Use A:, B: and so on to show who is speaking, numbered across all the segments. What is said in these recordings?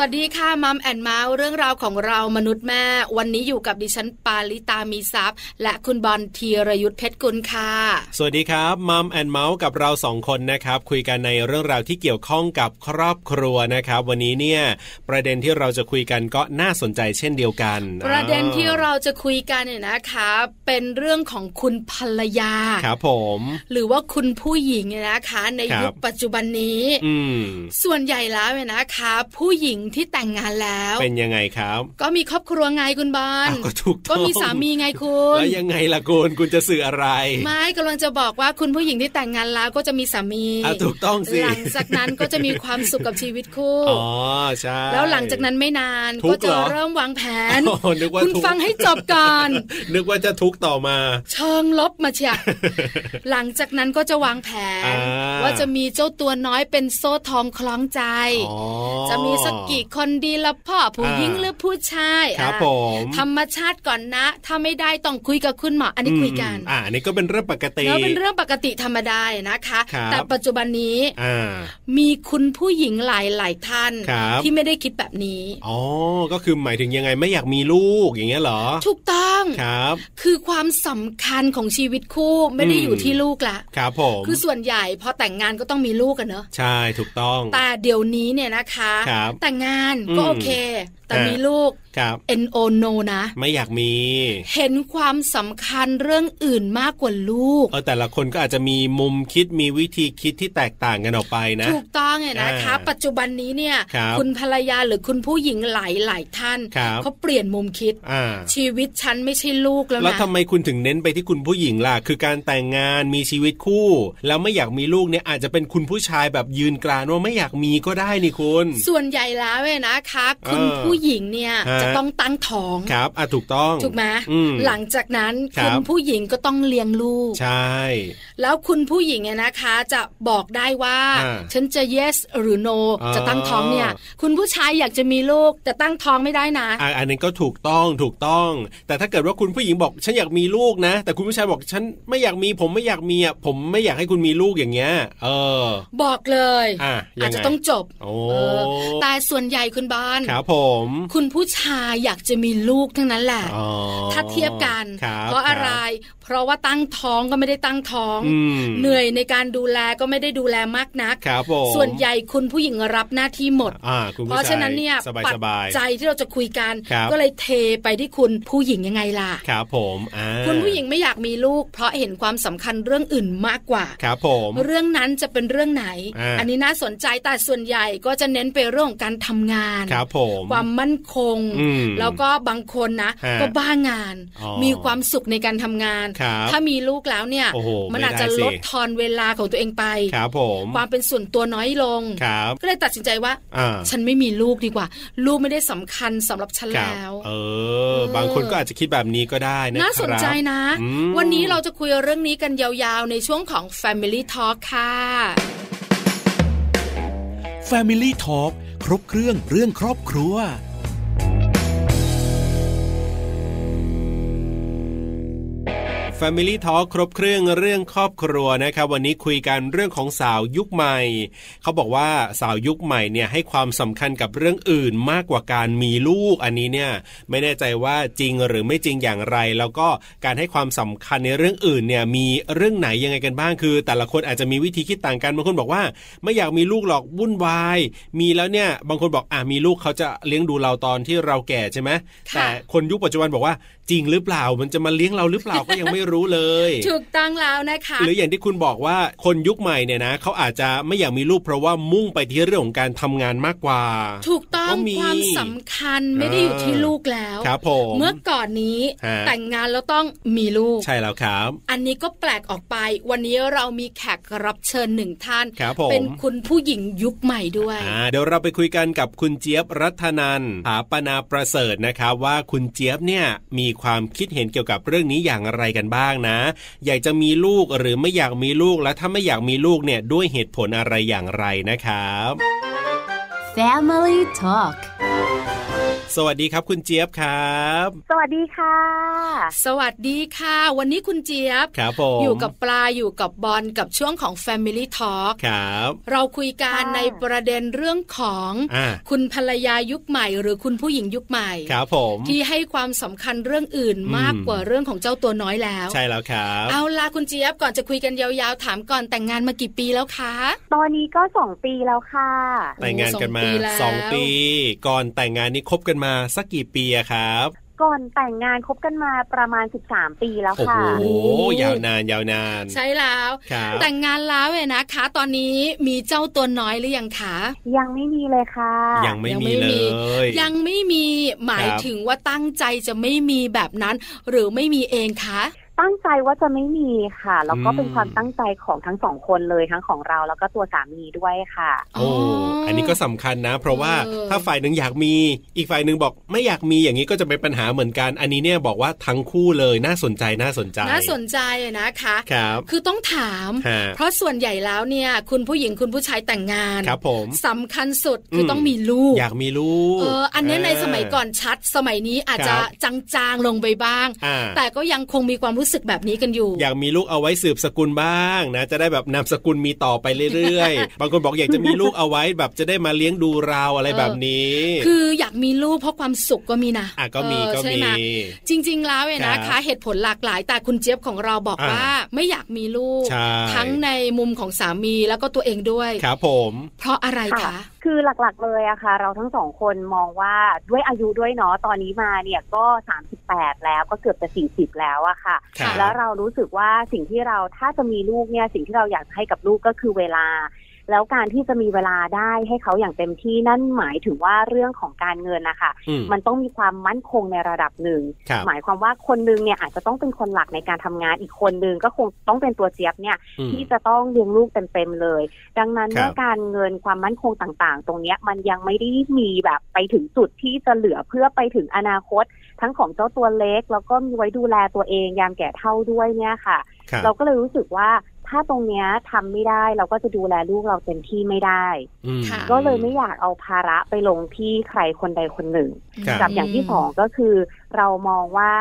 A: สวัสดีค่ะมัมแอนเมาส์เรื่องราวของเรามนุษย์แม่ วันนี้อยู่กับดิฉันปาลิตามีซัพย์ และคุณบอลธีรยุทธเพชรกุลค่ะ
B: สวัสดีครับมัมแอนเมาส์กับเราสองคนนะครับคุยกันในเรื่องราวที่เกี่ยวข้องกับครอบครัวนะครับ วันนี้เนี่ยประเด็นที่เราจะคุยกันก็น่าสนใจเช่นเดียวกัน
A: ประเด็นที่
B: อ่า
A: เราจะคุยกันเนี่ยนะคะ เป็นเรื่องของคุณภรรยา
B: ครับผม
A: หรือว่าคุณผู้หญิงเนี่ยนะคะ ในยุค
B: ครับ
A: ปัจจุบันนี้
B: อืม
A: ส่วนใหญ่แล้วเนี่ยนะคะ ผู้หญิงที่แต่งงานแล้ว
B: เป็นยังไงครับ
A: ก็มีครอบครัวไงคุณบอล
B: อ้าวก็ถูก
A: ก็
B: ต้อง
A: มีสามีไงคุณ
B: แล้วยังไงล่ะคุณคุณจะสื่ออะไร
A: ไม่กำลังจะบอกว่าคุณผู้หญิงที่แต่งงานแล้วก็จะมีสามี
B: อ่ะถูกต้องสิ
A: หลังจากนั้นก็จะมีความสุขกับชีวิตคู่
B: อ๋อใช่
A: แล้วหลังจากนั้นไม่นาน
B: ทุก
A: ก็จะ
B: เหรอ
A: เริ่มวางแผน
B: อ๋อนึกว่า
A: คุณ
B: ทุก
A: ฟังให้จบก่ อน
B: นึกว่าจะทุกข์ต่อมา
A: เชิงลบมาเชียหลังจากนั้นก็จะวางแผน
B: อ่า
A: ว่าจะมีเจ้าตัวน้อยเป็นโซ่ทองคล้องใจ
B: อ๋อ
A: จะมีสักกี่คนดีละพ่อผู้
B: อ่า
A: หญิงหรือผู้ชาย
B: ครับ
A: อ่ะ
B: ผม
A: ธรรมชาติก่อนนะ ถ้าไม่ได้ต้องคุยกับคุณหมออันนี้คุยกัน
B: อืมอ่านี่ก็เป็นเรื่องปกติ
A: แล้วเป็นเรื่องปกติธรรมดานะคะ
B: ครับ
A: แต่ปัจจุบันนี้
B: อ่า
A: มีคุณผู้หญิงหลายหลายๆท่าน
B: ครับ
A: ที่ไม่ได้คิดแบบนี้
B: อ๋อ ก็คือหมายถึงยังไงไม่อยากมีลูกอย่างเงี้ยเหรอ
A: ถูกต้อง
B: ครับ
A: คือความสำคัญของชีวิตคู่ไม่ได้
B: อืม
A: อยู่ที่ลูกละ
B: ครับผม
A: คือส่วนใหญ่พอแต่งงานก็ต้องมีลูกกันเนอะ
B: ใช่ถูกต้อง
A: แต่เดี๋ยวนี้เนี่ยนะคะ
B: ครับ
A: แต่งงานก็
B: อืม
A: โอเค แต่
B: อ่า
A: มี
B: มี
A: ลูก
B: ครับ
A: NO no นะ
B: ไม่อยากมี
A: เห็นความสำคัญเรื่องอื่นมากกว่าลูก
B: เออแต่ละคนก็อาจจะมีมุมคิดมีวิธีคิดที่แตกต่างกันออกไปนะ
A: ถูกต้องเนี่ยนะคะ
B: อ่า
A: ปัจจุบันนี้เนี่ย
B: ครับ
A: ณภรรยาหรือคุณผู้หญิงหลายหลายๆท่าน
B: ครับ
A: เขาเปลี่ยนมุมคิด
B: อ่า
A: ชีวิตฉันไม่ใช่ลูกแล้ว
B: แล้ว
A: นะ
B: ทำไมคุณถึงเน้นไปที่คุณผู้หญิงล่ะ คือการแต่งงานมีชีวิตคู่ แล้วไม่อยากมีลูกเนี่ยอาจจะเป็นคุณผู้ชายแบบยืนกรานว่าไม่อยากมีก็ได้นี่คุณ
A: ส่วนใหญ่แล้วเนี่ยนะคะ คุณ
B: เออ
A: ผู้หญิงเนี่ย
B: ฮะ
A: จะต้องตั้งท้อง
B: ครับอ่ะถูกต้อง
A: ถูกไหม
B: อืม
A: หลังจากนั้น
B: ครับ
A: ณผู้หญิงก็ต้องเลี้ยงลูก
B: ใช่
A: แล้วคุณผู้หญิงเนี่ยนะคะ จะบอกได้ว่า
B: อ่า
A: ฉันจะ yes หรือ no
B: อ๋อ
A: จะตั้งท้องเนี่ย คุณผู้ชายอยากจะมีลูกแต่ตั้งท้องไม่ได้นะ
B: อ่ะอันนั้นก็ถูกต้องถูกต้อง แต่ถ้าเกิดว่าคุณผู้หญิงบอกฉันอยากมีลูกนะ แต่คุณผู้ชายบอกฉันไม่อยากมีผมไม่อยากมีอ่ะผมไม่อยากให้คุณมีลูกอย่างเงี้ยเออ
A: บอกเลย
B: อ่ะยัง
A: จ
B: ไง
A: จะต้องจบ
B: โอ้
A: เออแต่ส่วนใหญ่คุณบอล
B: ครับผม
A: คุณผู้ชายอยากจะมีลูกทั้งนั้นแหละ
B: อ๋อ
A: ถ้าเทียบกัน
B: ครับ
A: เพราะอะไร
B: คบ
A: เพราะว่าตั้งท้องก็ไม่ได้ตั้งท้อง
B: อืม
A: เหนื่อยในการดูแลก็ไม่ได้ดูแลมากนัก
B: ครับผม
A: ส่วนใหญ่คุณผู้หญิงรับหน้าที่หมด
B: อ่าคุณ
A: เพ
B: ผู้ชาย
A: ราะฉะนั้นเนี่ย
B: สบาย
A: ปั
B: สบาย
A: จัยที่เราจะคุยกัน
B: ครับ
A: ก็เลยเทไปที่คุณผู้หญิงยังไงล่ะ
B: ครับผมอ่า
A: คุณผู้หญิงไม่อยากมีลูก เพราะเห็นความสำคัญเรื่องอื่นมากกว่า
B: ครับผม
A: เรื่องนั้นจะเป็นเรื่องไหน
B: อ่า
A: อันนี้น่าสนใจแต่ส่วนใหญ่ก็จะเน้นไปเรื่องของการทำงาน
B: ครับผม
A: ความมั่นคง
B: อืม
A: แล้วก็บางคนนะ
B: ฮะ
A: ก็บ้างาน
B: อ๋อ
A: มีความสุขในการทำงาน
B: ครับ
A: ถ้ามีลูกแล้วเนี่ย
B: โอ้โห
A: มัน
B: ไม่
A: อาจจะ
B: ได้สิ
A: ลดทอนเวลาของตัวเองไป
B: ครับผม
A: ความเป็นส่วนตัวน้อยลง
B: ครับ
A: ก็เลยตัดสินใจว่า
B: อ่า
A: ฉันไม่มีลูกดีกว่า ลูกไม่ได้สำคัญสำหรับฉัน
B: ครับ
A: แล้ว
B: เอ
A: อ
B: อ บางคนก็อาจจะคิดแบบนี้ก็ได้นะครับ
A: น่าสนใจนะ
B: อืม
A: วันนี้เราจะคุยเรื่องนี้กันยาวๆ ในช่วงของ Family Talk ค่ะ
C: Family Talk ครบเครื่องเรื่องครอบครัว
B: Family Talk ครบเครื่องเรื่องครอบครัวนะครับ วันนี้คุยกันเรื่องของสาวยุคใหม่ เขาบอกว่าสาวยุคใหม่เนี่ยให้ความสำคัญกับเรื่องอื่นมากกว่าการมีลูกอันนี้เนี่ยไม่แน่ใจว่าจริงหรือไม่จริงอย่างไร แล้วก็การให้ความสำคัญในเรื่องอื่นเนี่ยมีเรื่องไหนยังไงกันบ้างคือ แต่ละคนอาจจะมีวิธีคิดต่างกันบางคนบอกว่า ไม่อยากมีลูกหรอกวุ่นวาย มีแล้วเนี่ยบางคนบอกอ่ะมีลูกเขาจะเลี้ยงดูเราตอนที่เราแก่ใช่ไหม
A: ค่ะ
B: แต่คนยุคปัจจุบันบอกว่า จริงหรือเปล่ามันจะมาเลี้ยงเราหรือเปล่าก็ยังไม่รู้เลย
A: ถูกต้องแล้วนะคะ
B: หรืออย่างที่คุณบอกว่าคนยุคใหม่เนี่ยนะเขาอาจจะไม่อยากมีลูกเพราะว่ามุ่งไปที่เรื่องของการทำงานมากกว่า
A: ถูกต้อง
B: ก็มี
A: ความสำคัญไม่ได้อยู่ที่ลูกแล้ว
B: ครับผม
A: เมื่อก่อนนี้
B: ฮะ
A: แต่งงานแล้วต้องมีลูก
B: ใช่แล้วครับ
A: อันนี้ก็แปลกออกไป วันนี้เรามีแขกรับเชิญหนึ่งท่าน
B: ครับผม
A: เป็นคุณผู้หญิงยุคใหม่ด้วย
B: อ่าเดี๋ยวเราไปคุยกันกับคุณเจี๊ยบรัตนันถาปนาประเสริฐนะครับว่าคุณเจี๊ยบเนี่ยมีความคิดเห็นเกี่ยวกับเรื่องนี้อย่างไรกันบ้างนะ อยากจะมีลูกหรือไม่อยากมีลูกและถ้าไม่อยากมีลูกเนี่ยด้วยเหตุผลอะไรอย่างไรนะครับ
D: Family Talk
B: ส สวัสดีครับคุณเจี๊ยบครับ
D: สวัสดีค่ะ
A: สวัสดีค่ะ วันนี้คุณเจี๊ยบ
B: ครับผม
A: อยู่กับปลาอยู่กับบอลกับช่วงของ Family Talk
B: ครับ
A: เราคุยกัน
D: ค่ะ
A: ในประเด็นเรื่องของ
B: อ่า
A: คุณภรรยายุคใหม่ หรือคุณผู้หญิงยุคใหม่
B: ครับผม
A: ที่ให้ความสำคัญเรื่องอื่น
B: อืม
A: มากกว่าเรื่องของเจ้าตัวน้อยแล้ว
B: ใช่แล้วครับ
A: เอาล่ะคุณเจี๊ยบก่อนจะคุยกันยาวๆ ถามก่อนแต่งงานมากี่ปีแล้วคะ
D: ตอนนี้ก็สองปีแล้วค่ะ
B: แต่งงานกันมา
A: โอ้โหส
B: ส
A: อ
B: อง ง
A: ปี
B: ปี
A: แล้ว
B: ก่อนแต่งงานนี่คบกันมาสักกี่ปีอะครับ
D: ก่อนแต่งงานคบกันมาประมาณ 13 ปีแล้ว
B: โอ้
D: ค่ะ
B: โหยาวนานยาวนาน
A: ใช่แล้ว
B: ครับ
A: แต่งงานแล้วเนี่ยนะคะ ตอนนี้มีเจ้าตัวน้อยหรือยังคะ
D: ยังไม่มีเลยค่ะ
B: ยังไม่
A: ยัง
B: มี
A: ไม่
B: เล
A: มี
B: ย
A: ยังไม่มีหมาย
B: ครับ
A: ถึงว่าตั้งใจจะไม่มีแบบนั้น หรือไม่มีเองคะ
D: ตั้งใจว่าจะไม่มีค่ะ แล้วก็
B: อืม
D: เป็นความตั้งใจของทั้งสองคนเลยทั้งของเราแล้วก็ตัวสามีด้วยค่ะ
B: โอ้อันนี้ก็สำคัญนะ เพราะว่า
A: เออ
B: ถ้าฝ่ายหนึ่งอยากมี อีกฝ่ายหนึ่งบอกไม่อยากมีอย่างนี้ก็จะเป็นปัญหาเหมือนกัน อันนี้เนี่ยบอกว่าทั้งคู่เลยน่าสนใจน่าสนใจ
A: น่าสนใจอะนะคะ
B: ครับ
A: คือต้องถาม
B: ฮะ
A: เพราะส่วนใหญ่แล้วเนี่ย คุณผู้หญิงคุณผู้ชายแต่งงาน
B: ครับผม
A: สำคัญสุดคืออ
B: ม
A: ต้องมีลูก
B: อยากมีลูก
A: เอออันเนี้ยในสมัยก่อนชัด สมัยนี้อาจจะ
B: ครับ
A: จางๆลงไปบ้าง
B: อ่า
A: แต่ก็ยังคงมีความรู้สึกแบบนี้กันอยู่
B: อยากมีลูกเอาไว้สืบสกุลบ้างนะ จะได้แบบนามสกุลมีต่อไปเรื่อย ๆ บางคนบอกอยากจะมีลูกเอาไว้แบบจะได้มาเลี้ยงดูเราอะไร
A: เออ
B: แบบนี้
A: คืออยากมีลูกเพราะความสุขก็มีนะ
B: อ่ะก็มี
A: เออ
B: ก็
A: ใช่
B: มี
A: ไห จริงๆ แล้วเนี่ยนะ
B: ค
A: คะ
B: รับ
A: เหตุผลหลากหลาย แต่คุณเจี๊ยบของเราบอก
B: อ่า
A: ว่าไม่อยากมีลูก
B: ใช่
A: ทั้งในมุมของสามีแล้วก็ตัวเองด้วย
B: ครับผม
A: เพราะอะไรคะ
D: ค่ะ คือหลักๆเลยอะค่ะ เราทั้งสองคนมองว่าด้วยอายุด้วยเนาะตอนนี้มาเนี่ยก็ 38 แล้วก็เกือบจะ 40 แล้วอะค่ะ
B: ครับ
D: แล้วเรารู้สึกว่าสิ่งที่เราถ้าจะมีลูกเนี่ยสิ่งที่เราอยากให้กับลูกก็คือเวลา แล้วการที่จะมีเวลาได้ให้เขาอย่างเต็มที่นั่นหมายถึงว่าเรื่องของการเงินนะคะ
B: อืม
D: มันต้องมีความมั่นคงในระดับหนึ่ง
B: ครับ
D: หมายความว่าคนนึงเนี่ยอาจจะต้องเป็นคนหลักในการทำงานอีกคนนึงก็คงต้องเป็นตัวเจี๊ยบเนี่ย
B: อืม
D: ที่จะต้องเลี้ยงลูกเต็มๆเลย ดังนั้น
B: ครับ
D: เมื่อการเงินความมั่นคงต่างๆ ตรงเนี้ยมันยังไม่ได้มีแบบไปถึงจุดที่จะเหลือเพื่อไปถึงอนาคต ทั้งของเจ้าตัวเล็ก แล้วก็มีไว้ดูแลตัวเองยามแก่เฒ่าด้วยเนี่ยค่ะ
B: ครับ
D: เราก็เลยรู้สึกว่าถ้าตรงเนี้ยทำไม่ได้เราก็จะดูแลลูกเราเต็มที่ไม่ได้
B: อืม
A: ค่ะ
D: ก็เลยไม่อยากเอาภาระไปลงที่ใครคนใดคนหนึ่ง
B: ครับ
D: กับอย่างที่สองก็คือเรามองว่า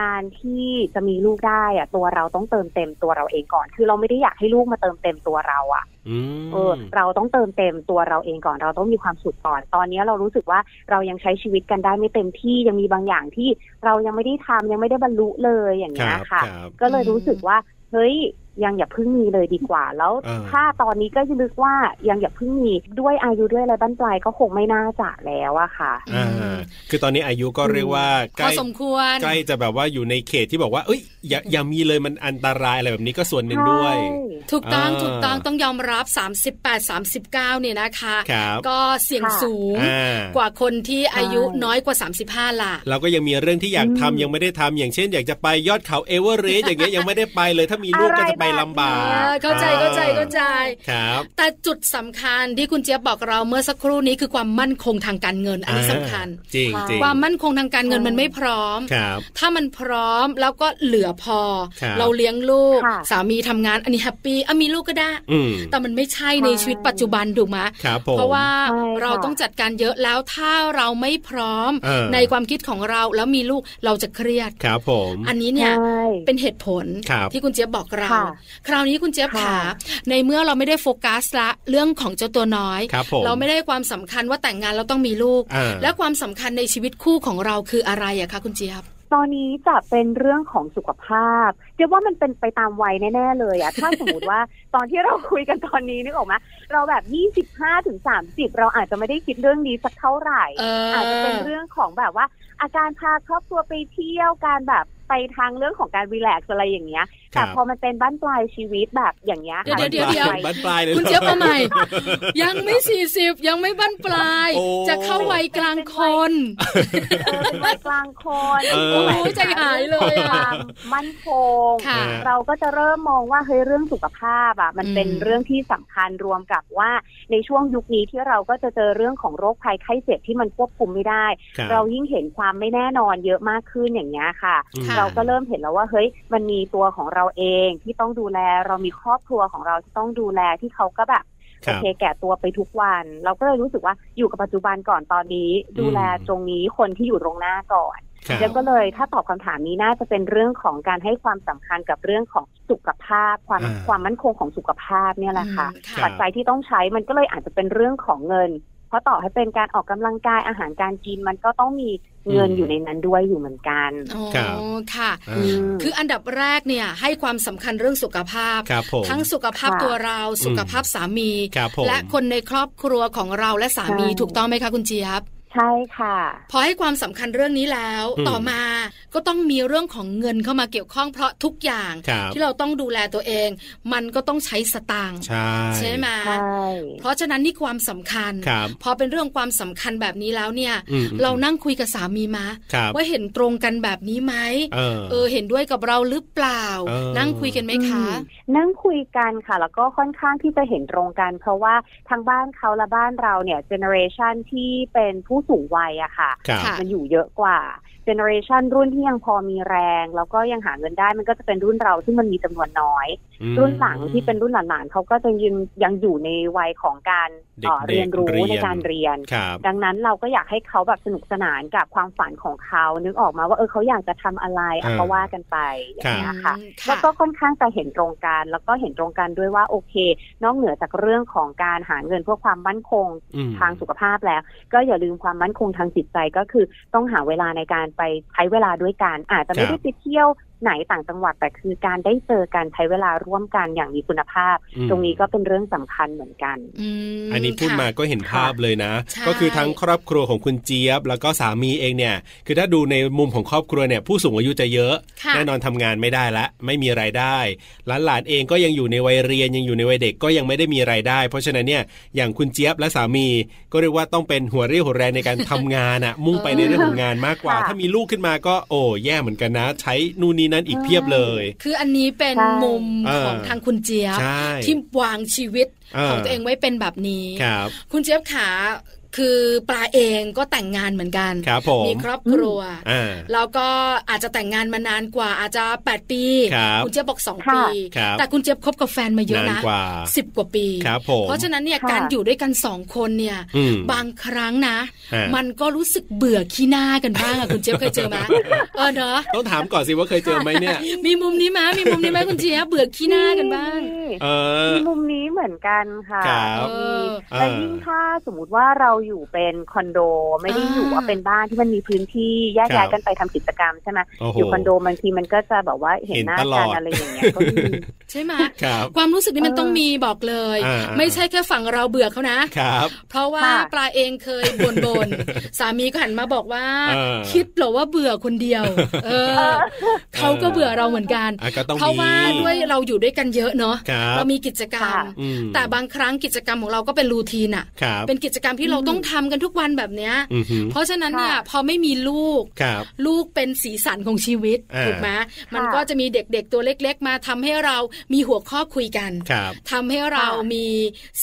D: การที่จะมีลูกได้อะตัวเราต้องเติมเต็มตัวเราเองก่อน คือเราไม่ได้อยากให้ลูกมาเติมเต็มตัวเราอะ
B: อืม
D: เออ เราต้องเติมเต็มตัวเราเองก่อน เราต้องมีความสุขก่อน ตอนนี้เรารู้สึกว่าเรายังใช้ชีวิตกันได้ไม่เต็มที่ยังมีบางอย่างที่เรายังไม่ได้ทำยังไม่ได้บรรลุเลยอย่างเงี้ย
B: รั
D: ค่ะ
B: บรับ
D: ก็เลยรู้สึกว่าเฮ้ยยังอย่าเพิ่งมีเลยดีกว่า แล้ว
B: เออ
D: ถ้าตอนนี้ก็นึกว่ายังอย่าเพิ่งมีด้วยอายุด้วยอะไรบั้นปลายก็คงไม่น่าจะแล้วอะค่ะ
A: อื
B: อ่ามคือตอนนี้อายุก็เรียกว่าใก
A: พอ
B: ล้
A: สมควร
B: ใกล้จะแบบว่าอยู่ในเขตที่บอกว่าเอ้ยอย่าอย่ามีเลยมันอันตรายอะไรแบบนี้ก็ส่วนหนึ่งด้วย
D: ใช่
A: ถูกต้อง
B: อ่า
A: ถูกต้องต้องยอมรับ 38 39 เนี่ยนะคะ
B: ครับ
A: ก็เสี่ยง
D: ค่ะ
A: สูง
B: อ่า
A: กว่าคนที่อายุ
D: ใช่
A: น้อยกว่า 35ล่ะ
B: เราก็ยังมีเรื่องที่อยากทำ
D: อืม
B: ยังไม่ได้ทำอย่างเช่น อยากจะไปยอดเขาเอเวอเรสต์อย่างเงี้ยยังไม่ได้ไปเลยถ้ามีลูกก็จะไปลำบาก
A: เออเข้าใจเข้าใจเข้าใจ
B: ครับ
A: แต่จุดสำคัญที่คุณเจี๊ยบบอกเราเมื่อสักครู่นี้คือความมั่นคงทางการเงิน อันนี้สำคัญ
B: จริงจริง
A: ความมั่นคงทางการเงินมันไม่พร้อม
B: ครับ
A: ถ้ามันพร้อมแล้วก็เหลือพอ
B: ครับ
A: เราเลี้ยงลูก
D: ค่ะ
A: สามีทำงานอันนี้แฮปปี้อ่ะมีลูกก็ได้
B: อืม
A: แต่มันไม่ใช่ในชีวิตปัจจุบันถูกไหม
B: ครับผม
A: เพราะว่า
D: ใช่ค่ะ
A: เราต้องจัดการเยอะแล้วถ้าเราไม่พร้อม
B: เออ
A: ในความคิดของเราแล้วมีลูกเราจะเครียด
B: ครับผม
A: อันนี้เนี่ย
D: ใช่
A: เป็นเหตุผล
B: ครับ
A: ที่คุณเจี๊ยบบอกเรา
D: ค่ะ
A: คราวนี้คุณเจี๊ยบ
D: ค่ะ
A: ขาในเมื่อเราไม่ได้โฟกัสละเรื่องของเจ้าตัวน้อย
B: ครับผม
A: เราไม่ได้ความสำคัญว่าแต่งงานเราต้องมีลูก
B: อ่า
A: และความสำคัญในชีวิตคู่ของเราคืออะไรอะคะคุณเจี๊ยบ
D: ตอนนี้จะเป็นเรื่องของสุขภาพเดี๋ยวว่ามันเป็นไปตามวัยแน่ๆเลยอะ ถ้าสมมติว่าตอนที่เราคุยกันตอนนี้นึกออกไหมเราแบบ 25ถึง30 เราอาจจะไม่ได้คิดเรื่องนี้สักเท่าไหร่
A: เอออ
D: อาจจะเป็นเรื่องของแบบว่า อาการพาครอบครัวไปเที่ยวการแบบไปทางเรื่องของการรีแลกซ์อะไรอย่างเงี้ย
B: ครั
D: แต่
B: บ
D: พอมันเป็นบ้านปลายชีวิตแบบอย่างเงี้ยค่ะ
A: เดี๋ยวเดี๋ยวเดี๋ยว
B: บั้นปลายเลย
A: คุณเจี๊ยบมาใหม่ ยังไม่ 40 ยังไม่บั้นปลาย
B: โอ้
A: จะเข้าวัยกลางคน
D: เออเป็นวัยกลางคน
B: เออ
D: โอ้โห
A: ใจหายเลยอะ
D: ความมั่นคง
A: ค่ะ
D: เราก็จะเริ่มมองว่าเฮ้ยเรื่องสุขภาพอะมัน
A: อืม
D: เป็นเรื่องที่สำคัญรวมกับว่าในช่วงยุคนี้ที่เราก็จะเจอเรื่องของโรคภัยไข้เจ็บที่มันควบคุมไม่ได้
B: คบ
D: เรายิ่งเห็นความไม่แน่นอนเยอะมากขึ้นอย่างเงี้ยค่ะ
B: อืม
A: ค่ะ
D: เราก็เริ่มเห็นแล้วว่าเฮ้ยมันมีตัวของเราเองที่ต้องดูแล เรามีครอบครัวของเราที่ต้องดูแลที่เขาก็แบบ
B: ครั
D: โอบ เคแก่ตัวไปทุกวัน เราก็เลยรู้สึกว่าอยู่กับปัจจุบันก่อนตอนนี้ ดูแล
B: อืม
D: ตรงนี้คนที่อยู่ตรงหน้าก่อน
B: ครับ
D: เดี๋ยวก็เลยถ้าตอบคำถามนี้น่าจะเป็นเรื่องของการให้ความสำคัญกับเรื่องของสุขภาพ ความ
B: อ่า
D: ความมั่นคงของสุขภาพเนี่ยแหละค่ะ
A: อืม
B: รั
D: ปั
B: บ
D: จจัยที่ต้องใช้มันก็เลยอาจจะเป็นเรื่องของเงิน เพราะต่อให้เป็นการออกกำลังกายอาหารการกินมันก็ต้องมีเงิน
B: อืม
D: อยู่ในนั้นด้วยอยู่เหมือนกัน
A: อ๋อ
B: ครับ
A: ค่ะ
B: อ่า
D: อืม
A: คืออันดับแรกเนี่ยให้ความสำคัญเรื่องสุขภาพ
B: ครับผม
A: ทั้งสุขภาพ
D: ค่ะ
A: ตัวเราสุขภาพสามี
B: ครับผม
A: และคนในครอบครัวของเราและสามี
D: ใช่
A: ถูกต้องไหมคะคุณเจี๊ยบ
D: ใช่ค่ะ
A: พอให้ความสำคัญเรื่องนี้แล้ว
B: อืม
A: ต่อมาก็ต้องมีเรื่องของเงินเข้ามาเกี่ยวข้องเพราะทุกอย่าง
B: ครับ
A: ที่เราต้องดูแลตัวเอง มันก็ต้องใช้สตางค์
B: ใช่
A: ไหม
D: ใช่
A: เพราะฉะนั้นนี่ความสำคัญ
B: ครับ
A: พอเป็นเรื่องความสำคัญแบบนี้แล้วเนี่ย
B: อืม
A: เรานั่งคุยกับสามีมา
B: ครับ
A: ว่าเห็นตรงกันแบบนี้ไหม
B: เออ
A: เออเห็นด้วยกับเราหรือเปล่า
B: เออ
A: นั่งคุยกันไหมคะ
D: อืนั่งคุยกันค่ะ แล้วก็ค่อนข้างที่จะเห็นตรงกัน เพราะว่าทางบ้านเขาและบ้านเราเนี่ยเจเนอเรชันที่เป็นผู้สูงวัยอะค่ะ
B: ครับ
A: ค่ะ
D: มันอยู่เยอะกว่าเจเนอเรชันรุ่นที่ยังพอมีแรง แล้วก็ยังหาเงินได้มันก็จะเป็นรุ่นเราซึ่งมันมีจำนวนน้อย
B: อืม
D: รุ่นหลังที่เป็นรุ่นหลานๆเขาก็จะยังยังอยู่ในวัยของการเอ่อ
B: เด็กๆ
D: เรียนรู้
B: เรียน
D: ในการเรียน
B: ครับ
D: ดังนั้นเราก็อยากให้เขาแบบสนุกสนานกับความฝันของเขานึกออกมาว่าเออเขาอยากจะทำอะไรอ่ะ
B: อ่า
D: ก็ว่ากันไปอย่างเงี้ยค่ะ
A: อืม
D: แล้วก็ค่อนข้างจะเห็นตรงกันแล้วก็เห็นตรงกันด้วยว่าโอเค นอกเหนือจากเรื่องของการหาเงินเพื่อความมั่นคง
B: อืม
D: ทางสุขภาพแล้ว ก็อย่าลืมความมั่นคงทางจิตใจก็คือ ต้องหาเวลาในการไปใช้เวลาด้วยกัน อาจจะไม่
B: ครั
D: ได้
B: บ
D: ไปเที่ยวไหนต่างจังหวัดแต่คือการได้เจอกันใช้เวลาร่วมกันอย่างมีคุณภาพ
B: อืม
D: ตรงนี้ก็เป็นเรื่องสำคัญเหมือนกัน
A: อืม
B: อันนี้พูด
A: ค่ะ
B: มาก็เห็นภาพ
D: ค่ะ
B: เลยนะ
A: ใช่
B: ก็คือทั้งครอบครัวของคุณเจี๊ยบ แล้วก็สามีเองเนี่ย คือถ้าดูในมุมของครอบครัวเนี่ยผู้สูงอายุจะเยอะ
A: ค่ะ
B: แน่นอนทำงานไม่ได้ละ ไม่มีรายได้หลานๆเองก็ยังอยู่ในวัยเรียนยังอยู่ในวัยเด็กก็ยังไม่ได้มีรายได้ เพราะฉะนั้นเนี่ยอย่างคุณเจี๊ยบและสามี ก็เรียกว่าต้องเป็นหัวเรี่ยวหัวแรงในการ ทำงาน อะมุ่งไปในเรื่องของงานมากกว่า
D: ค่ะ
B: ถ้ามีลูกขึ้นมาก็โอ้แย่เหมือนกันนะ ใช้นู่นนี่นั่นอีกเพียบเลย
A: คืออันนี้เป็น
D: ใช่
A: มุม
B: เออ
A: ของทางคุณเจี๊ยบ
B: ใช่
A: ที่วางชีวิต
B: เออ
A: ของตัวเองไว้เป็นแบบนี้
B: ครับ
A: คุณเจี๊ยบขาคือปลาเองก็แต่งงานเหมือนกัน
B: ครับผม
A: มีครอบครัว
B: อ่า
A: แล้วก็อาจจะแต่งงานมานานกว่าอาจจะ 8 ปี
B: ครับ
A: ณเจี๊ยบบอก 2
D: ค่ะ
A: ปี
B: ครับ
A: แต่คุณเจี๊ยบคบกับแฟนมาเยอะ
B: นาน
A: นะ
B: กว่า
A: สิบกว่าปี
B: ครับผม
A: เพราะฉะนั้นเนี่ย
D: ค่ะ
A: การอยู่ด้วยกันสองคนเนี่ย
B: อืม
A: บางครั้งนะ
B: ฮะ
A: มันก็รู้สึกเบื่อขี้หน้ากันบ้างอะคุณเจี๊ยบเคยเจ อไหมเออเนาะ
B: ต้องถามก่อนสิว่าเคยเจอไหมเนี่ย
A: มีมุมนี้ไหมมีมุมนี้ไหมคุณเจี๊ยบเบื่อขี้หน้ากันบ้าง
B: เออ
D: มีมุมนี้เหมือนกันค่ะ
B: ครับ
D: มี
B: เออ
D: และยิ่งถ้าสมมติว่าเราอยู่เป็นคอนโดไม่ได้อยู่
A: อ่า
D: ว่าเป็นบ้านที่มันมีพื้นที่แยก
B: ครั
D: ย้าย
B: บ
D: กันไปทำกิจกรรมใช่ไหม
B: โอ้โห
D: อยู่คอนโดบางทีมันก็จะแบบว่าเห็น
B: เห็น
D: หน้า
B: ตล
D: กั
B: อน ด
D: อะไรอย่างเงี้ยก็มี
A: ใช่ไหม
B: ครับ
A: ความรู้สึกนี้มัน
D: เออ
A: ต้องมีบอกเลย
B: อ่าอ่า
A: ไม่ใช่แค่ฝั่งเราเบื่อเขานะ
B: ครับ
A: เพราะว่า
D: ค่ะ
A: ปลาเองเคยบนบนๆ สามีก็หันมาบอกว่า
B: เออ
A: คิดเหรอว่าเบื่อคนเดียว เอ อเขาก็เบื่อเราเหมือนกัน
B: อ่ะก็ต้อง
A: เพราะว่า
B: มี
A: ด้วยเราอยู่ด้วยกันเยอะเนาะ
B: ครับ
A: เรามีกิจกรรม
D: ค่ะ
B: อืม
A: แต่บางครั้งกิจกรรมของเราก็เป็นรูทีนอะ
B: ครับ
A: เป็นกิจกรรมที่เราต้องทำกันทุกวันแบบเนี้ย
B: อือหือ
A: เพราะฉะนั้นเนี่ย
D: ค่ะ
A: พอไม่มีลูก
B: ครับ
A: ลูกเป็นสีสันของชีวิต
B: อ่า
A: ถูกไหมมันก็จะมีเด็กๆตัวเล็ก ๆ มาทำให้เรามีหัวข้อคุยกัน
B: ครับ
A: ทำให้เรามี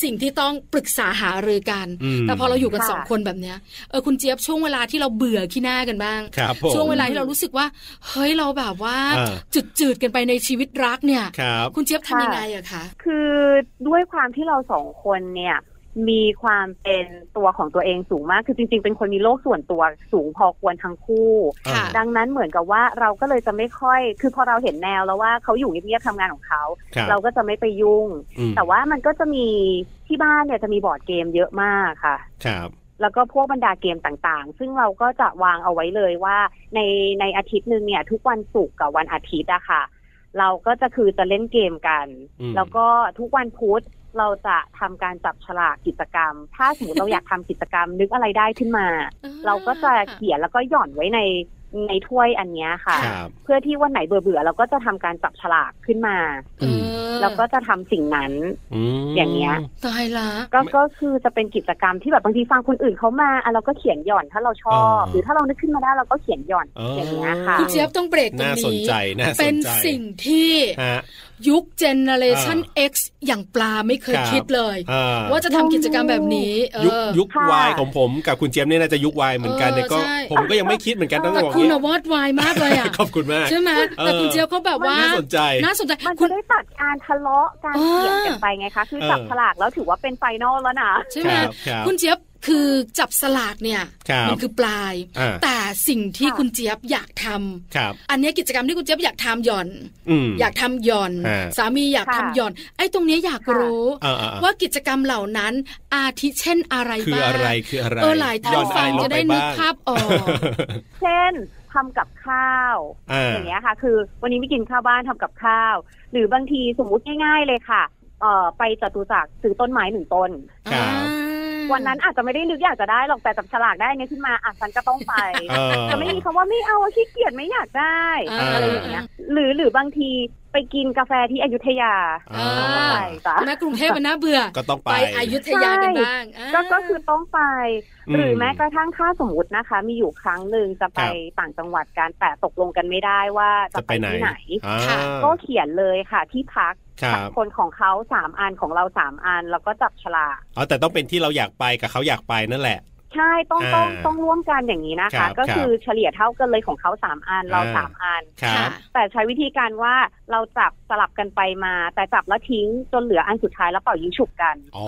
A: สิ่งที่ต้องปรึกษาหารือกัน
B: อืม
A: แต่พอเราอยู่กัน
D: ค่ะ
A: สองคนแบบเนี้ยเออคุณเจี๊ยบช่วงเวลาที่เราเบื่อขี้หน้ากันบ้าง
B: ครับผม
A: ช่วงเวลาที่เรารู้สึกว่า เฮ้ยเราแบบว่า
B: อ่า
A: จืดๆกันไปในชีวิตรักเนี่ย
B: ครับ
A: คุณเจี๊ยบทำยังไงอะคะ
D: คือด้วยความที่เราสองคนเนี่ย มีความเป็นตัวของตัวเองสูงมาก คือจริง ๆ เป็นคนมีโลกส่วนตัวสูงพอควรทั้งคู่
A: ค่ะ
D: ดังนั้นเหมือนกับว่าเราก็เลยจะไม่ค่อย คือพอเราเห็นแนวแล้วว่าเขาอยู่เงียบๆทำงานของเขา
B: ครับ
D: เราก็จะไม่ไปยุ่ง
B: อืม
D: แต่ว่ามันก็จะมีที่บ้านเนี่ยจะมีบอร์ดเกมเยอะมากค่ะ
B: ครับ
D: แล้วก็พวกบรรดาเกมต่างๆ ซึ่งเราก็จะวางเอาไว้เลยว่าในในอาทิตย์หนึ่งเนี่ย ทุกวันศุกร์กับวันอาทิตย์อะค่ะ เราก็จะคือจะเล่นเกมกัน
B: อืม
D: แล้วก็ทุกวันพุธเราจะทำการจับฉลากกิจกรรม ถ้าสมมติเราอยากทำกิจกรรมนึกอะไรได้ขึ้นมา เราก็จะเขียนแล้วก็หย่อนไว้ในในถ้วยอันเนี้ยค่ะ
B: ครับ
D: เพื่อที่วันไหนเบื่อๆเราก็จะทำการจับฉลากขึ้นมา
A: เออ
D: แล้วก็จะทำสิ่งนั้น
B: อืม
D: อย่างเงี้ย
A: ตายละ
D: ก็
B: ไม่
D: ก็คือจะเป็นกิจกรรมที่แบบบางทีฟังคนอื่นเขามาอ่ะเราก็เขียนหย่อนถ้าเราชอบ
B: อ่า
D: หรือถ้าเรานึกขึ้นมาได้เราก็เขียนหย่อน
B: อ๋อ
D: อ
B: อย่าง
D: เงี้ยค่ะ
A: คุณเจี๊ยบต้องเบรกตรง
B: น่าสน
A: นี้
B: ใจน่าสนใจ
A: เป็นสิ่งที่
B: ฮะ
A: ยุคเจเนเรชัน X อย่างปลาไม่เคย
B: ครับ
A: คิดเลย
B: อ่
A: ว่าจะทำกิจกรรมแบบนี้ เออ
B: ยุคยุค
D: ค่ะ
B: วายของผมกับคุณเจี๊ยบเนี่ยน่าจะยุควายเหมือนกันเนี่ยก็
A: เออใช่
B: ผมก็ยังไม่คิดเหมือนกันต้อง
A: แต่
B: บอก
A: คุณ
B: อย่าง
A: อะวอดวายมากเลย
B: นี้
A: อ่ะ
B: ขอบคุณมาก
A: ใช่ไหม
B: เออ
A: แต่คุณเจียวเขาแบบว่า
B: น่าสนใจ
A: น่าสนใจ
D: มัน
A: คุ
D: จะ
A: ณ
D: ได้ตัดการทะเลาะการ
A: เออ
D: เถียงกันไปไงคะคือจับ
B: เออ
D: ฉลากแล้วถือว่าเป็นไฟนอลแล้วนะ
A: ใช่ไหม
B: ครับครับ
A: คุณเจี๊ยบคือจับสลากเนี่ย
B: ครับ
A: มัคือปลาย
B: อ่า
A: แต่สิ่งที่
D: ค่ะ
A: คุณเจี๊ยบอยากทำ
B: ครับ
A: อันเนี้ยกิจกรรมที่คุณเจี๊ยบอยากทำหย่อน
B: อืม
A: อยากทำหย่อน
B: อ่า
A: สามีอยากทำ
D: ค่ะ
A: หย่อน ไอ้ตรงเนี้ยอยาก
D: ค่ะ
A: รู้
B: อ่าอ่าอ่า
A: ว่ากิจกรรมเหล่านั้น อาทิเช่นอะไร
B: คือ
A: บ้าง
B: อะไรคืออะไร
A: เออหลายท่าน
B: ย้อ
A: ฟัง
B: อรล
A: จะ
B: งป
A: ได้นึก
B: บ้ง
A: ภาพออก
D: เช่นทำกับข้าว
B: อ่า
D: อย่างเงี้ยค่ะ คือวันนี้ไม่กินข้าวบ้านทำกับข้าว หรือบางทีสมมุติง่ายๆเลยค่ะเอ่อไปจตุจักรซื้อต้นไม้หนึ่งต้น
B: ครับ
A: อ่า
D: วันนั้นอาจจะไม่ได้นึกอยากจะได้หรอกแต่จับฉลากได้เนี่ยขึ้นมาอ่ะฉันก็ต้องไป
B: เออ
D: จะไม่มีคำว่าไม่เอาอะขี้เกียจไม่อยากได้
A: อ่า
B: เ
D: อะไรอย่างเงี้ยหรือหรือบางทีไปกินกาแฟที่อยุธยา
A: อ่า
D: ไปจ้ะ
A: แม่กรุงเทพมันน่าเบื่อ
B: ก็ต้องไป
A: ไปอยุธยากัน
D: ใช่
A: บ้างอ่า
D: ก็ก็คือต้องไป
B: อืม
D: หรือแม้กระทั่งค่าสมมตินะคะ มีอยู่ครั้งหนึ่งจะไป
B: ครับ
D: ต่างจังหวัดกันแต่ตกลงกันไม่ได้ว่าจะ
B: จะ
D: ไป
B: ไปไหน
D: ที่ไหน
B: อ่า
A: ค่ะ
D: ก็เขียนเลยค่ะ ที่พัก
B: ครับ
D: คนของเขาสามอันของเราสามอัน แล้วก็จับฉลาก
B: อ๋อแต่ต้องเป็นที่เราอยากไปกับเขาอยากไปนั่นแหละ
D: ใช่ต้อง
B: อ่า
D: ต้องต้องร่วมกันอย่างนี้นะ
B: ครั
D: คะ
B: บ
D: ก็คือเฉลี่ยเท่ากันเลยของเขาสามอันเรา
B: อ่า
D: สามอัน
B: ครับ
D: แต่ใช้วิธีการว่าเราจับสลับกันไปมา แต่จับแล้วทิ้งจนเหลืออันสุดท้ายแล้วเป่ายิงฉุบกัน
B: อ๋อ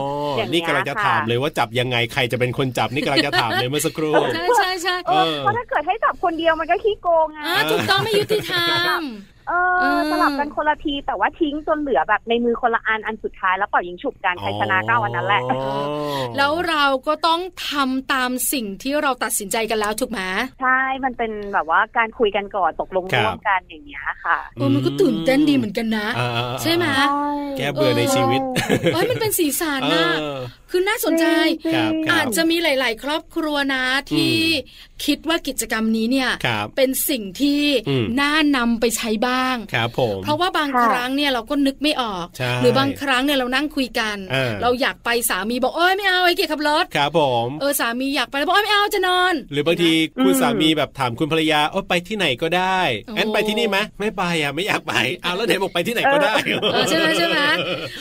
D: ออย่างเงี้ย
B: นี่กำลังจะถามเลยว่าจับยังไงใครจะเป็นคนจับนี่กำลังจะถามเลยเมื่อสักครู่
A: ใช่ใช่ใช่
D: เออ
B: เออ
D: เพราะถ้าเกิดให้จับคนเดียวมันก็ขี้โกงไง
A: อ่าถูกต้องไม่ยุติธรรม
D: เอ
A: เอ
D: อ
A: อ
D: สลับกันคนละทีแต่ว่าทิ้งจนเหลือแบบในมือคนละอันอันสุดท้ายแล้วเป่ายิงฉุบกันใครชนะก็เอาอันนั้นแหละ
B: อ๋อ
A: แล้วเราก็ต้องทำตามสิ่งที่เราตัดสินใจกันแล้วถูกไหม
D: ใช่ มันเป็นแบบว่าการคุยกันก่อนตกลงร่วมกันอย่างเงี้ยค่ะ
A: เออมันก็ตื่นเต้นดีเหมือนกันนะ
B: อ่าอ่าอ่า
A: ใช่ไหม
D: ใช่
B: แก้เบื่อในชีวิต
A: เอ้ยมันเป็นสีสัน
B: เอ
A: นะ
B: อ
A: คือน่าสนใจ
B: ครับครับ
A: อาจจะมีหลาย ๆ ครอบครัวนะที่คิดว่ากิจกรรมนี้เนี่ย
B: ครับ
A: เป็นสิ่งที่
B: อืม
A: น่านำไปใช้บ้าง
B: ครับผม
A: เพราะว่าบางครั้งเนี่ยเราก็นึกไม่ออก
B: ใช่
A: หรือบางครั้งเนี่ยเรานั่งคุยกัน
B: เออ
A: เราอยากไปสามีบอกเอ้ยไม่เอาไอ้เกียร์ขับรถ
B: ครับผม
A: เออสามีอยากไปแล้วบอกเอ้ยไม่เอาจะนอน
B: หรือบางทีคุณสามีแบบถามคุณภรรยาโอ้ไปที่ไหนก็ได้
A: โอ้
B: งั้นไปที่นี่ไหมไม่ไปอ่ะไม่อ ยากไปเอาแล้วไหนบอกไปที่ไหนก็ได้
A: เออใช่ไหมใช่ไหม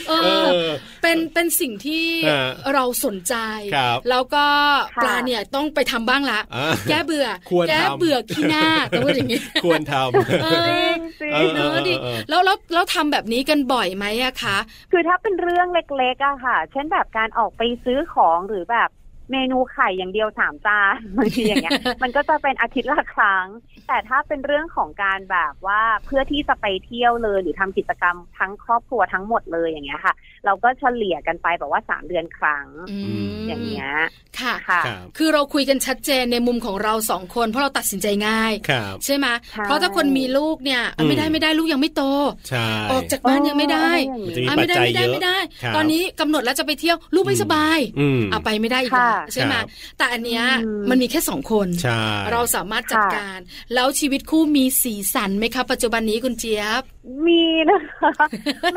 A: เอ
B: เอ
A: อ
B: อ
A: เป็นเป็นสิ่งที่
B: ฮะ
A: เราสนใจ
B: ครับ
A: แล้วก็
D: ะ
A: ปลาเนี่ยต้องไปทำบ้างละ
B: อ่า
A: แก้เบื่อ
B: ควร
A: แก้
B: ทำ
A: เบื่อขี้หน้าต้องพูด อย่างนี้
B: ควร
A: เอ
B: ทำ
A: อ
D: จริง
B: เออ
D: ๆ
A: เนอะดิแล้วแล้วแล้วทำแบบนี้กันบ่อยไหมอะคะ
D: คือถ้าเป็นเรื่องเล็กๆอะค่ะ เช่นแบบการออกไปซื้อของหรือแบบเมนูไข่อย่างเดียวสามจาน บางทีอย่างเงี้ย มันก็จะเป็นอาทิตย์ละครั้ง แต่ถ้าเป็นเรื่องของการแบบว่าเพื่อที่จะไปเที่ยวเลย หรือทำกิจกรรมทั้งครอบครัวทั้งหมดเลยอย่างเงี้ยค่ะ เราก็เฉลี่ยกันไปแบบว่าสามเดือนครั้ง
A: อืม
D: อย่างเงี้ย
A: ค่ะ
D: ค่ะ
B: ครับ
A: คือเราคุยกันชัดเจนในมุมของเราสองคนเพราะเราตัดสินใจง่าย
B: ครับ
A: ใช่ไหม
D: ใช่
A: เพราะถ้าคนมีลูกเนี่ยเอ้ยไม่ได้ไม่ได้ลูกยังไม่โต
B: ใช่
A: ออกจากบ้านยังไม่ได้
D: เออ
B: มัน
D: อะไร
B: จะ
D: อ
A: อ่ะไม่ได้
B: มีปัจจั
D: ย่างเงี้ย
B: ย
A: ไม่
B: เย
A: ได้
B: อะ
A: ไม่ได้
B: ครับ
A: ตอนนี้กำหนดแล้วจะไปเที่ยวลูกไม่สบาย
B: อืม
A: อ่ะไปไม่ได้อีกแล้ว
D: ค่ะ
A: ใช่ไหม
B: ครับ
A: แต่อันเนี้ย
D: อืม
A: มันมีแค่สองคน
B: ใช่
A: เราสามารถจัดการ แล้วชีวิตคู่มีสีสันไหมคะปัจจุบันนี้คุณเจี๊ยบ
D: มีนะคะ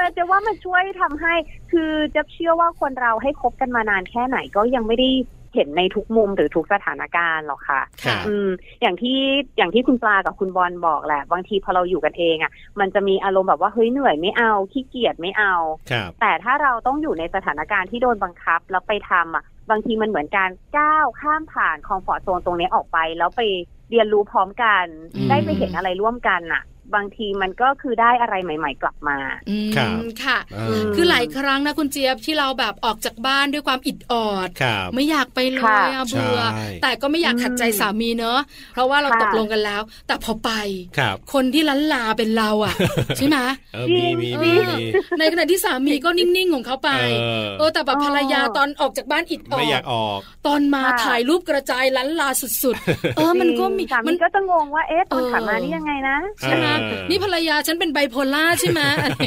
D: มันจะว่ามันช่วยทำให้คือจะเชื่อว่าคนเราให้คบกันมานานแค่ไหนก็ยังไม่ได้เห็นในทุกมุมหรือทุกสถานการณ์หรอกค่ะ
B: ค่ะ
D: อืม อย่างที่อย่างที่คุณปลากับคุณบอลบอกแหละ บางทีพอเราอยู่กันเองอะ่ะ มันจะมีอารมณ์แบบว่าเฮ้ยเหนื่อยไม่เอาขี้เกียจไม่เอา
B: ครับ
D: แต่ถ้าเราต้องอยู่ในสถานการณ์ที่โดนบังคับแล้วไปทำอ่ะ บางทีมันเหมือนการก้าวข้ามผ่านคอมฟอร์ตโซนตรงนี้ออกไป แล้วไปเรียนรู้พร้อมกัน
A: อืม
D: ได้ไปเห็นอะไรร่วมกันน่ะ บางทีมันก็คือได้อะไรใหม่ ๆ กลับมา
A: อืม
B: ครับ
A: ค่ะ
B: เออ
A: คือหลายครั้งนะคุณเจี๊ยบที่เราแบบออกจากบ้านด้วยความอิดออด
B: ครับ
A: ไม่อยากไปเลยอ่ะ
B: ค่ะ
A: เบื่อ
B: ใช่
A: แต่ก็ไม่อยากขัดใจสามีเนอะเพราะว่าเรา
D: ค่ะ
A: ตกลงกันแล้ว แต่พอไป
B: ครับ
A: คนที่ลันลาเป็นเรา อ่ะ ใช่ไหม
B: เออมีมีมีมี
A: ในขณะที่สามีก็นิ่งๆของเขาไป
B: เออ
A: เออแต่แบบภรรยาตอนออกจากบ้านอิดออ
B: ไม่อยาก
A: ด
B: ออก
A: ตอนมา
D: ค่ะ
A: ถ่ายรูปกระจายล้านลาสุดๆ เอ อมันก็มี
D: จริงสา
A: มั
D: มี
A: น
D: ก็จะงงว่าเอ๊ะตอน
A: เออ
D: ขับมานี่ยังไงนะ
A: ใช่ไหม
B: เออ
A: นี่ภรรยาฉันเป็นไบโพล่าใช่ไหม
D: จ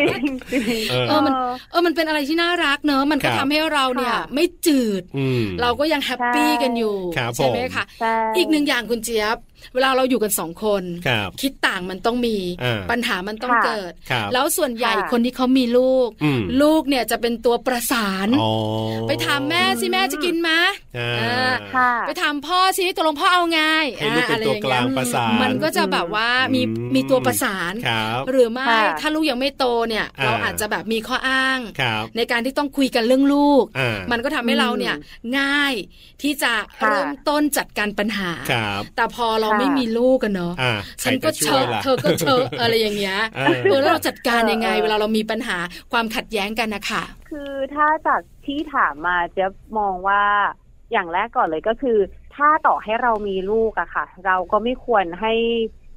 D: ริงจริง
B: เออ
A: เออมัน เออมันเป็นอะไรที่น่ารักเนอะมันก็
B: ครับ
A: ทำให้เราเนี่ย
D: ค่ะ
A: ไม่จืด
B: อืม
A: เราก็ยังแฮปปี้
D: ใช่
A: กันอยู่
B: ครับ
A: ใช่ไหม
B: ผม
A: คะ
D: ใช่
A: อีกหนึ่งอย่างคุณเจี๊ยบ เวลาเราอยู่กันสองคน
B: ครับ
A: ดต่างมันต้องมี
B: อ่า
A: ปัญหามันต้อง
D: ค่ะ
A: เกิด
B: ครับ
A: แล้วส่วนใหญ่
D: ค่ะ
A: คนที่เขามีลูก
B: อืม
A: ลูกเนี่ยจะเป็นตัวประสาน
B: อ๋อ
A: ไปถามแม่สิแม่จะกินไหม
B: อ่า
A: อ่า
D: ค่ะ
A: ไปถามพ่อสิตกลงพ่อเอาไง
B: ให้ลูกเป็น
A: อ่ะ
B: ตั
A: อะไร
B: ว
A: อย่
B: กลางประสาน
A: มันก็จะแบบว่ามี
B: อืม
A: มีตัวประสาน
B: ครับ
A: หรือไม่
D: ค่ะ
A: ถ้าลูกยังไม่โตเนี่ย
B: อ่า
A: เราอาจจะแบบมีข้ออ้าง
B: ครับ
A: ในการที่ต้องคุยกันเรื่องลูก
B: อ่า
A: มันก็ทำให้เรา
D: อืม
A: เนี่ยง่ายที่จะ
D: ค่ะ
A: เริ่มต้นจัดการปัญหา
B: ครับ
A: แต่พอเรา
D: ค่ะ
A: ไม่มีลูกกันเนาะ
B: อ่า
A: ฉันก็
B: ใครจะ
A: เช
B: ช่วย
A: อะ
B: ล่ะ
A: เธอก็เช อะอะไรอย่างเงี้ย
B: เออ
A: เออแล้วเราจัดการยังไง
D: เออ
A: เวลาเรามีปัญหาความขัดแย้งกันนะคะ
D: คือถ้าจากที่ถามมาเจะมองว่าอย่างแรกก่อนเลยก็คือ ถ้าต่อให้เรามีลูกอะค่ะ เราก็ไม่ควรให้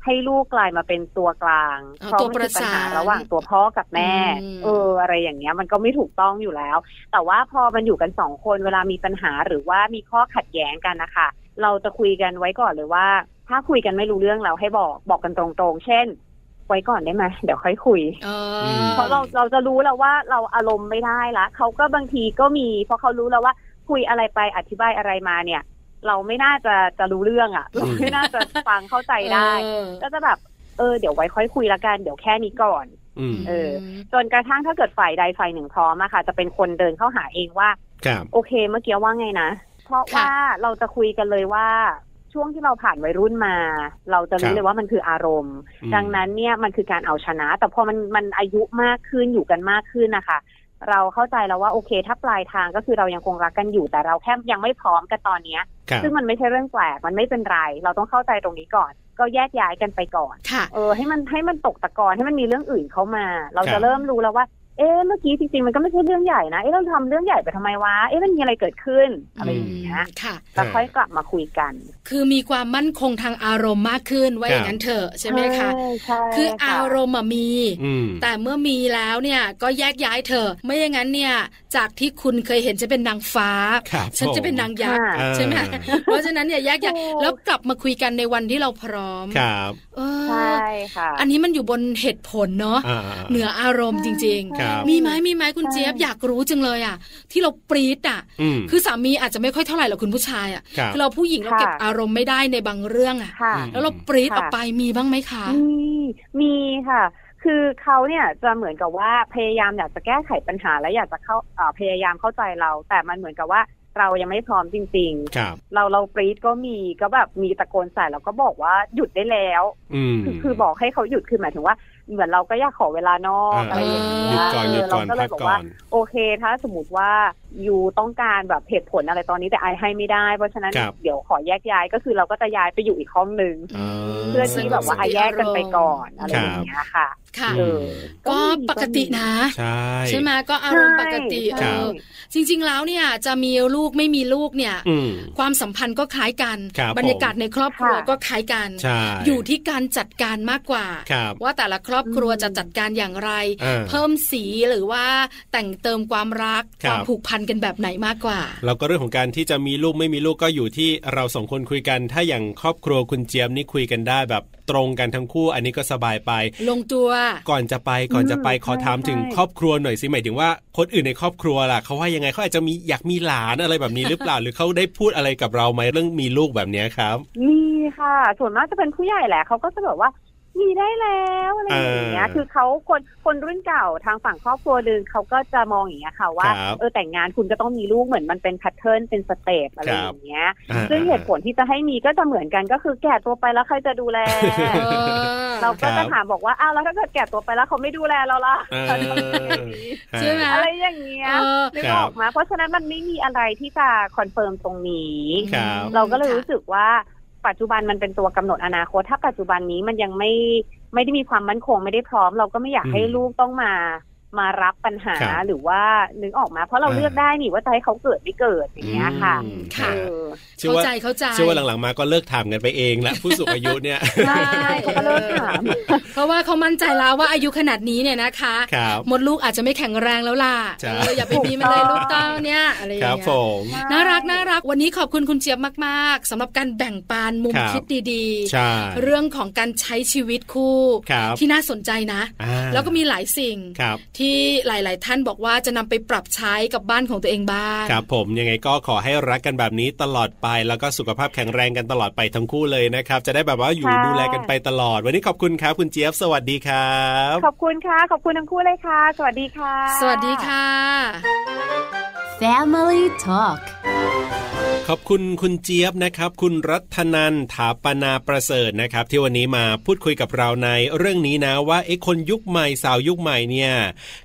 D: ให้ลูกกลายมาเป็นตัวกลาง
A: า
D: เพราะ
A: ตัว
D: มั
A: ป
D: นคื
A: ระ
D: อปัญ
A: สาน
D: หาระหว่างตัวพ่อกับแม่
A: อืม
D: เออ อะไรอย่างเงี้ยมันก็ไม่ถูกต้องอยู่แล้ว แต่ว่าพอมันอยู่กันสองคนเวลามีปัญหาหรือว่ามีข้อขัดแย้งกันนะคะ เราจะคุยกันไว้ก่อนเลยว่า ถ้าคุยกันไม่รู้เรื่องเราให้บอกบอกกันตรงๆ เช่น ไว้ก่อนได้ไหมเดี๋ยวค่อยคุย
A: เอ
B: อื
A: อ
B: ม
D: เพราะเราเราจะรู้แล้วว่าเราอารมณ์ไม่ได้ละเขาก็บางทีก็มี เพราะเขารู้แล้วว่าคุยอะไรไปอธิบายอะไรมาเนี่ย เราไม่น่าจะจะรู้เรื่องอะ่ะเราไม่น่าจะฟังเข้าใจได้
A: เออ
D: ก็จะแบบเออเดี๋ยวไว้ค่อยคุยละกันเดี๋ยวแค่นี้ก่อน
B: อืม
D: เออ จนกระทั่งถ้าเกิดฝ่ายใดฝ่ายหนึ่งพร้อมอะค่ะ จะเป็นคนเดินเข้าหาเองว่า
B: ครับ
D: โอเคเมื่อกี้ว่าไงนะ เพราะว่าเราจะคุยกันเลยว่าช่วงที่เราผ่านวัยรุ่นมา เราจะ
B: ครั
D: รู้
B: บ
D: เลยว่ามันคืออารมณ์
B: อืม
D: ดังนั้นเนี่ยมันคือการเอาชนะ แต่พอมันมันอายุมากขึ้นอยู่กันมากขึ้นนะคะ เราเข้าใจแล้วว่าโอเค ถ้าปลายทางก็คือเรายังคงรักกันอยู่ แต่เราแค่ยังไม่พร้อมกันตอนเนี้ย
B: ครับ
D: ซึ่งมันไม่ใช่เรื่องแปลกมันไม่เป็นไร เราต้องเข้าใจตรงนี้ก่อน ก็แยกย้ายกันไปก่อน
A: ค่ะ
D: เออให้มันให้มันตกตะกอนให้มันมีเรื่องอื่นเข้ามา เรา
B: ครั
D: จะ
B: บ
D: เริ่มรู้แล้วว่า เอ๊ะเมื่อกี้จริงๆมันก็ไม่ใช่เรื่องใหญ่นะเอ๊ะเราทำเรื่องใหญ่ไปทำไมวะเอ๊ะมันมีอะไรเกิดขึ้นอะไรอย่างเงี้ย
A: มค่ะ
D: แล้วค่อยกลับมาคุยกัน
A: คือมีความมั่นคงทางอารมณ์มากขึ้นว่าอย่างนั้นเถอะใช่ไหมคะ
D: ใช่
A: คือ
D: ใช่ะ
A: อารมณ์อะมี
B: อืม
A: แต่เมื่อมีแล้วเนี่ยก็แยกย้ายเธอะไม่อย่างนั้นเนี่ยจากที่คุณเคยเห็นฉันเป็นนางฟ้า
B: ครับ
A: ฉันจะเป็นนางยักษ์
D: ค่ะ
A: ใช่ไหม
B: อ่า
A: เพราะฉะนั้นเนี่ยแยกย้าย
D: ถูก
A: แล้วกลับมาคุยกันในวันที่เราพร้อม
B: ครับ
A: เอ
D: ใช
A: อ่
D: ค่ะ
A: อันนี้มันอยู่บนเหตุผลเนาะ
B: อ่า
A: เหนืออารมณ์จริง
B: ครับ
A: ๆ มีไหมมีไหมคุณ
D: ใช่
A: เจี๊ยบอยากรู้จังเลยอ่ะ ที่เราปรี๊ดอ่ะ
B: ม
A: คือสามีอาจจะไม่ค่อยเท่าไหร่หรอกคุณผู้ชายอ่ะ
B: ครับ
A: อเราผู้หญิงเรา
D: ค่ะ
A: เก็บอารมณ์ไม่ได้ในบางเรื่องอ่ะ
D: ค่ะ
B: อืม
A: แล้วเราปรี๊ด
D: ค่ะ
A: ออกไปมีบ้างไหมคะ
D: มีมีค่ะ คือเขาเนี่ยจะเหมือนกับว่าพยายามอยากจะแก้ไขปัญหาและอยากจะเข้าเอ่อพยายามเข้าใจเรา แต่มันเหมือนกับว่าเรายังไม่พร้อมจริง
B: ครับ
D: ๆ เราเราปรีดก็มีก็แบบมีตะโกนใส่แล้วก็บอกว่าหยุดได้แล้ว
B: อืม
D: คือคือบอกให้เขาหยุดคือหมายถึงว่า เหมือนเราก็อยากขอเวลานอก
B: อ่า
D: อะไรอย่าง
B: หยุ
D: เงี้
B: ด
D: ย
B: ก่อนหยุดก่อน
D: เเราก็เล
B: พั
D: ย
B: ก
D: บอก
B: ก่อ
D: ว่า
B: น
D: โอเค ถ้าสมมติว่ายูต้องการแบบเหตุผลอะไรตอนนี้แต่ไอให้ไม่ได้ เพราะฉะนั้น
B: ครับ
D: เดี๋ยวขอแยกย้ายก็คือเราก็จะย้ายไปอยู่อีกห้องหนึ่ง
B: อ่า
D: เพื่อที่แบบว่าไอะแยกกันไปก่อนอะไร
B: ครั
D: อบ ย่างเงี้ยค่ะ
A: ค่ะ
D: เออ
A: ก็ปกตินะ
B: ใช่
A: ใช่ไหมก็อารมณ์
D: ใช่
A: ปกติ
D: ใช่
A: เออจริง ๆ แล้วเนี่ยจะมีลูกไม่มีลูกเนี่ย
B: อืม
A: ความสัมพันธ์ก็คล้ายกัน
B: ครับ
A: รรยากาศ
B: ผม
A: ในครอบครัว
D: ค่ะ
A: ก็คล้ายกัน
B: ใช่
A: อยู่ที่การจัดการมากกว่า
B: ครับ
A: ว่าแต่ละครอบครัว
D: อืม
A: จะจัดการอย่างไร
B: เออ
A: เพิ่มสีหรือว่าแต่งเติมความรัก
B: ค
A: ครับ วามผูกพันกันแบบไหนมากกว่า
B: แล้วก็เรื่องของการที่จะมีลูกไม่มีลูกก็อยู่ที่เราสองคนคุยกัน ถ้าอย่างครอบครัวคุณเจี๊ยบนี่คุยกันได้แบบตรงกันทั้งคู่ อันนี้ก็สบายไป
A: ลงตัว
B: ก่อนจะไปก่อนจะไป
D: อืม
B: ขอถาม
D: ใช่
B: ถึง
D: ใช่
B: ครอบครัวหน่อยสิหมายถึงว่าคนอื่นในครอบครัวล่ะเขาว่ายังไงเขาอาจจะมีอยากมีหลานอะไรแบบนี้หรือเปล่า หรือเขาได้พูดอะไรกับเราไหมเรื่องมีลูกแบบเนี้ยครับ
D: มีค่ะ ส่วนมากจะเป็นผู้ใหญ่แหละเขาก็จะแบบว่า มีได้แล้วอะไรอย่างเงี้ย
B: เออ
D: คือเขาคนคนรุ่นเก่าทางฝั่งครอบครัวหนึ่งเขาก็จะมองอย่างเงี้ยค่ะว่า
B: ครับ
D: เออแต่งงานคุณก็ต้องมีลูกเหมือนมันเป็นแพทเทิร์นเป็นสเตปอะไรอย่างเงี้ย
B: อ่า
D: ซึ่งเหตุผลที่จะให้มีก็จะเหมือนกันก็คือแก่ตัวไปแล้วใครจะดูแล
A: เออ
D: เรา
B: ค
D: ก็
B: รั
D: จะ
B: บ
D: ถามบอกว่าอ้าวแล้วถ้าเกิดแก่ตัวไปแล้วเขาไม่ดูแลเราล่ะ
B: เออ
A: ใช่ไหม
D: อะไรอย่างเงี้ย
A: เออ
D: นึกออกมาเพราะฉะนั้นมันไม่มีอะไรที่จะคอนเฟิร์มตรงนี้
B: ครับ
D: เราก็เลยรู้
A: ค่ะ
D: สึกว่าปัจจุบันมันเป็นตัวกำหนดอนาคต ถ้าปัจจุบันนี้มันยังไม่ไม่ได้มีความมั่นคงไม่ได้พร้อม เราก็ไม่อยาก
B: อืม
D: ให้ลูกต้องมามารับปัญหา
B: ครับ
D: หรือว่านึกออกมา เพราะเรา
B: อ่า
D: เลือกได้นี่ว่าจะให้เขาเกิดไม่เกิดอย่างเงี้ยค่ะ
B: อืม
A: ค่ะ
D: เออ
B: เชื่อ
A: เข้า
B: ว่า
A: ใจเข้าใจ
B: เชื่อว่าหลังๆมาก็เลิกถามกันไปเองละผู้สูงอายุเนี่ย
A: ใช่
D: เขาก็เลิกถาม
A: เพราะว่าเขามั่นใจแล้วว่าอายุขนาดนี้เนี่ยนะคะ
B: ครับ
A: มดลูกอาจจะไม่แข็งแรงแล้วล่ะ
B: ใช่
A: เอออย่าไปมีมันเลยลูกเต้าเนี่ยอะไรอ
B: ค
A: ย่าง
B: รับ
A: เงี้
B: ผ
A: ย
B: ม
A: น่ารักน่ารักวันนี้ขอบคุณคุณเจี๊ยบมากๆสำหรับการแบ่งปันมุม
B: ครับ
A: คิดดี
B: ใช่
A: ๆ เรื่องของการใช้ชีวิตคู่
B: ครับ
A: ที่น่าสนใจนะ
B: อ่า
A: แล้วก็มีหลายสิ่ง
B: ครับ
A: ท ที่หลาย ๆ ท่านบอกว่าจะนำไปปรับใช้กับบ้านของตัวเองบ้าง
B: ครับผมยังไงก็ขอให้รักกันแบบนี้ตลอดไป แล้วก็สุขภาพแข็งแรงกันตลอดไปทั้งคู่เลยนะครับ จะได้แบบว่าอยู่
D: ค่ะ
B: ดูแลกันไปตลอด วันนี้ขอบคุณครับคุณเจี๊ยบสวัสดีครับ
D: ขอบคุณค่ะ ขอบคุณทั้งคู่เลยค่ะ สวัสดีค่ะ
A: สวัสดีค่ะ
E: Family Talk
B: ขอบคุณคุณเจี๊ยบนะครับ คุณรัตนันถาปนาประเสริฐนะครับ ที่วันนี้มาพูดคุยกับเราในเรื่องนี้นะว่าไอ้คนยุคใหม่สาวยุคใหม่เนี่ย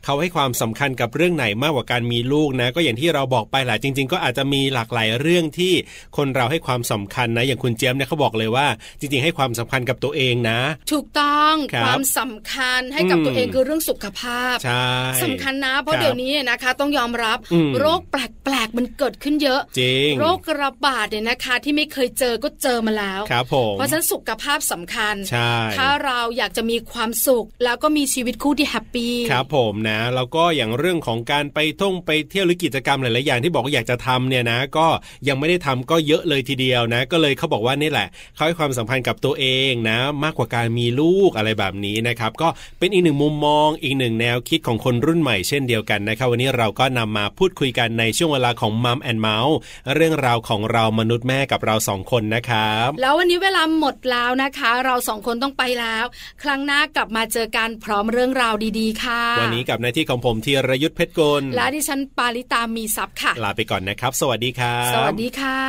B: เขาให้ความสำคัญกับเรื่องไหนมากกว่าการมีลูกนะ ก็อย่างที่เราบอกไปแหละจริง ๆ ก็อาจจะมีหลากหลายเรื่องที่คนเราให้ความสำคัญนะ อย่างคุณเจี๊ยบเนี่ยเขาบอกเลยว่า จริง ๆ ให้ความสำคัญกับตัวเองนะ
A: ถูกต้อง
B: ครับ
A: ความสำคัญให้กับ
B: อืม
A: ตัวเองคือเรื่องสุขภาพ
B: ใช่
A: สำคัญนะ เพ
B: ครั
A: ราะ
B: บ
A: เดี๋ยวนี้นะคะ ต้องยอมรับ
B: อืม
A: โรคแปลก ๆ มันเกิดขึ้นเยอะ
B: จริง
A: โรคระบาดเนี่ยนะคะ ที่ไม่เคยเจอก็เจอมาแล้ว
B: ครับผม
A: เพราะฉะนั้นสุขภาพสำคัญ
B: ใช่
A: ถ้าเราอยากจะมีความสุข แล้วก็มีชีวิตคู่ที่แฮปปี้
B: ครับผมนะแล้วก็อย่างเรื่องของการไปท่องไปเที่ยวหรือกิจกรรมหลายๆอย่างที่บอกว่าอยากจะทำเนี่ยนะ ก็ยังไม่ได้ทำก็เยอะเลยทีเดียวนะ ก็เลยเขาบอกว่านี่แหละเขาให้ความสำคัญกับตัวเองนะ มากกว่าการมีลูกอะไรแบบนี้นะครับ ก็เป็นอีกหนึ่งมุมมองอีกหนึ่งแนวคิดของคนรุ่นใหม่เช่นเดียวกันนะครับ วันนี้เราก็นำมาพูดคุยกันในช่วงเวลาของมัมแอนเมาส์เรื่องราวของเรามนุษย์แม่กับเราสองคนนะครับ
A: แล้ววันนี้เวลาหมดแล้วนะคะ เราสองคนต้องไปแล้ว ครั้งหน้ากลับมาเจอกันพร้อมเรื่องราวดีๆ ค่ะ
B: วันนี้กับหน้าที่ของผมธีรยุทธเพชรกุล
A: และดิฉันปาริตามีซัพย์ค่ะ
B: ลาไปก่อนนะครับ สวัสดีครับ
A: สวัสดีค่ะ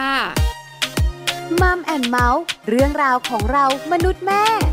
E: มัมแอนเมาส์เรื่องราวของเรามนุษย์แม่